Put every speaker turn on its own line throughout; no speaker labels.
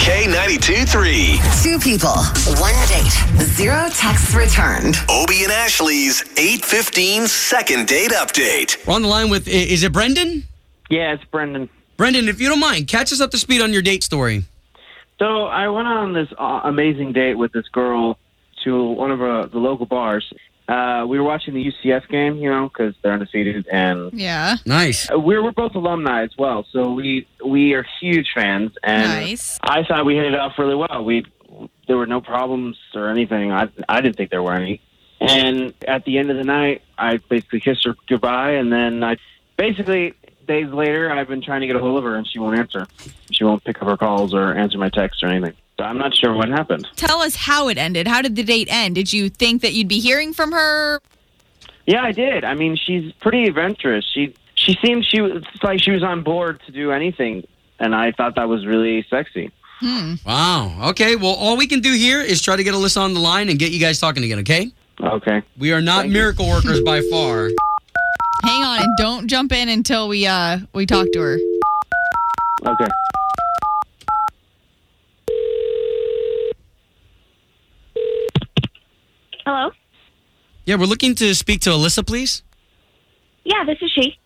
K92 3.
Two people, one date, zero texts returned.
Obie and Ashley's 815 second date update.
We're on the line with, i- is it Brendan?
Yeah, it's Brendan.
Brendan, if you don't mind, catch us up to speed on your date story.
So I went on this uh, amazing date with this girl to one of uh, the local bars. Uh, we were watching the UCF game, you know, because they're undefeated, and
Yeah.
Nice.
uh, we're, we're both alumni as well. So we we are huge fans, and
Nice.
I thought we hit it off really well. We there were no problems or anything. I I didn't think there were any. And at the end of the night, I basically kissed her goodbye, and then I basically days later, I've been trying to get a hold of her, and she won't answer. She won't pick up her calls or answer my texts or anything. So I'm not sure what happened.
Tell us how it ended. How did the date end? Did you think that you'd be hearing from her?
Yeah, I did. I mean, she's pretty adventurous. She she seemed she was it's like she was on board to do anything, and I thought that was really sexy.
Wow. Okay. Well, all we can do here is try to get Alyssa on the line and get you guys talking again, okay?
Okay.
We are not miracle workers by far.
Hang on and don't jump in until we uh we talk to her.
Okay.
Hello?
Yeah, we're looking to speak to Alyssa, please.
Yeah, this is she.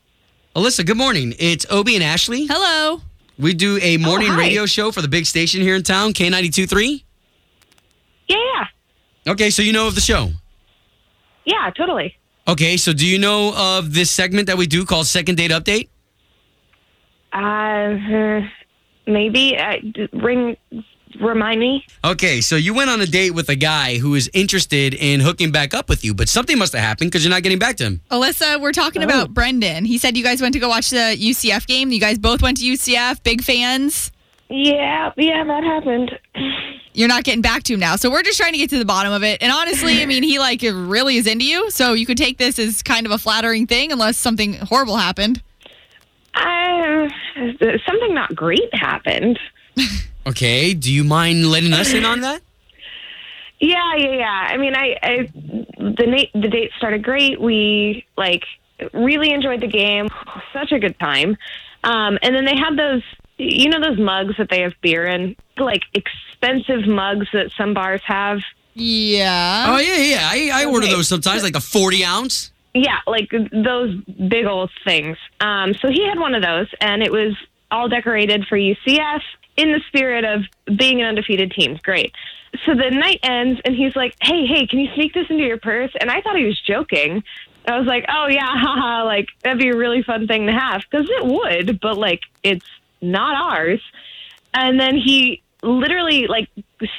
Alyssa, good morning. It's Obie and Ashley.
Hello.
We do a morning
hi.
radio show for the big station here in town, K92.3.
Yeah, yeah.
Okay, so you know of the show.
Yeah, totally.
Okay, so do you know of this segment that we do called Second Date Update?
Uh, maybe uh, d- ring remind me.
Okay, so you went on a date with a guy who is interested in hooking back up with you, but something must have happened because you're not getting back to him.
Alyssa, we're talking about Brendan. He said you guys went to go watch the UCF game. You guys both went to UCF, big fans.
Yeah, yeah, that happened.
You're not getting back to him now. So we're just trying to get to the bottom of it. And honestly, I mean, he like really is into you. So you could take this as kind of a flattering thing unless something horrible happened.
Um, th- something not great happened.
Okay, do you mind letting us in on that?
Yeah, yeah, yeah. I mean, I, I the na- the date started great. We like really enjoyed the game. Such a good time. Um, and then they had those, you know, those mugs that they have beer in, like expensive mugs that some bars have.
Yeah.
Oh, yeah, yeah. I, I order
Okay.
those sometimes, like the 40 ounce.
Yeah, like those big old things. Um, so he had one of those, and it was all decorated for UCF in the spirit of being an undefeated team. Great. So the night ends, and he's like, "Hey, hey, can you sneak this into your purse?" And I thought he was joking. I was like, "Oh yeah, haha! Like that'd be a really fun thing to have because it would, but like it's not ours." And then he literally like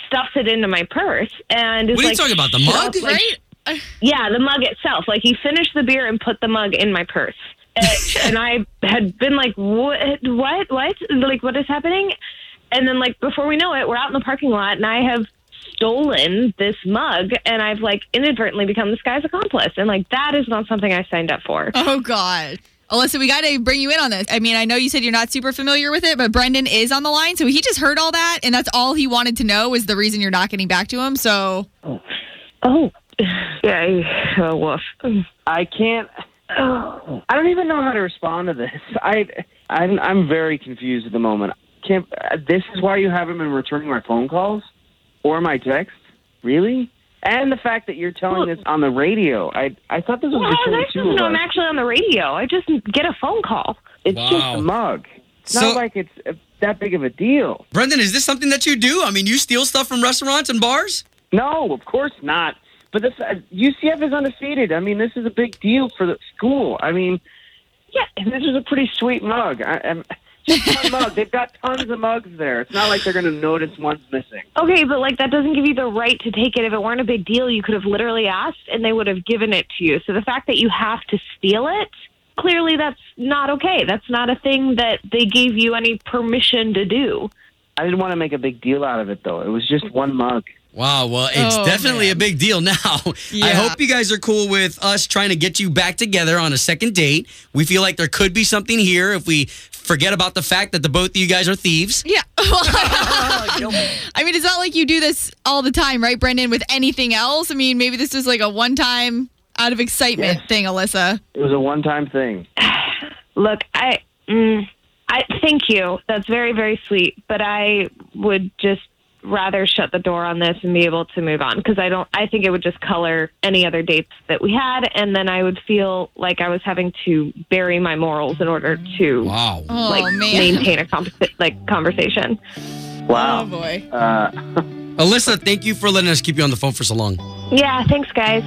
stuffs it into my purse and is
What are you
like,
talking about, the mug?
"Shove, like,
Right?
yeah, the mug itself. Like he finished the beer and put the mug in my purse. And, and I had been like, what, what, what? Like, what is happening? And then, like, before we know it, we're out in the parking lot, and I have stolen this mug, and I've like inadvertently become this guy's accomplice, and like that is not something I signed up for.
Oh God. Alyssa, we got to bring you in on this. I mean, I know you said you're not super familiar with it, but Brendan is on the line, so he just heard all that, and that's all he wanted to know was the reason you're not getting back to him. So,
Oh, yeah, I- oh, woof.
I can't. I don't even know how to respond to this. I I'm, I'm very confused at the moment. Can't. uh, This is why you haven't been returning my phone calls or my texts, really. And the fact that you're telling this on the radio, I I thought this was
Well, how was
between
I
the
supposed to
two
know
of
I'm
us.
actually on the radio? I just get a phone call.
It's just
Wow.
a mug. It's
So-
not like it's uh, that big of a deal.
Brendan, is this something that you do? I mean, you steal stuff from restaurants and bars?
No, of course not. But this uh, UCF is undefeated. I mean, this is a big deal for the school. I mean, yeah, and this is a pretty sweet mug. I, I'm, just one mug. They've got tons of mugs there. It's not like they're going to notice one's missing.
Okay, but like that doesn't give you the right to take it. If it weren't a big deal, you could have literally asked and they would have given it to you. So the fact that you have to steal it, clearly that's not okay. That's not a thing that they gave you any permission to do.
I didn't want to make a big deal out of it, though. It was just one mug.
Wow, well, it's
Oh,
definitely
man.
a big deal now. I
Yeah.
hope you guys are cool with us trying to get you back together on a second date. We feel like there could be something here if we forget about the fact that the both of you guys are thieves.
yeah. I mean, it's not like you do this all the time, right, Brendan? With anything else? I mean, maybe this is like a one-time out of excitement thing, Alyssa.
It was a one-time thing.
Look, I mm, I thank you. That's very very sweet, but I would just rather shut the door on this and be able to move on because I don't I think it would just color any other dates that we had and then I would feel like I was having to bury my morals in order to
Wow.
Oh
like
man.
maintain a comp- like conversation.
Oh
Wow.
boy.
Uh,
Alyssa, thank you for letting us keep you on the phone for so long.
Yeah, thanks guys.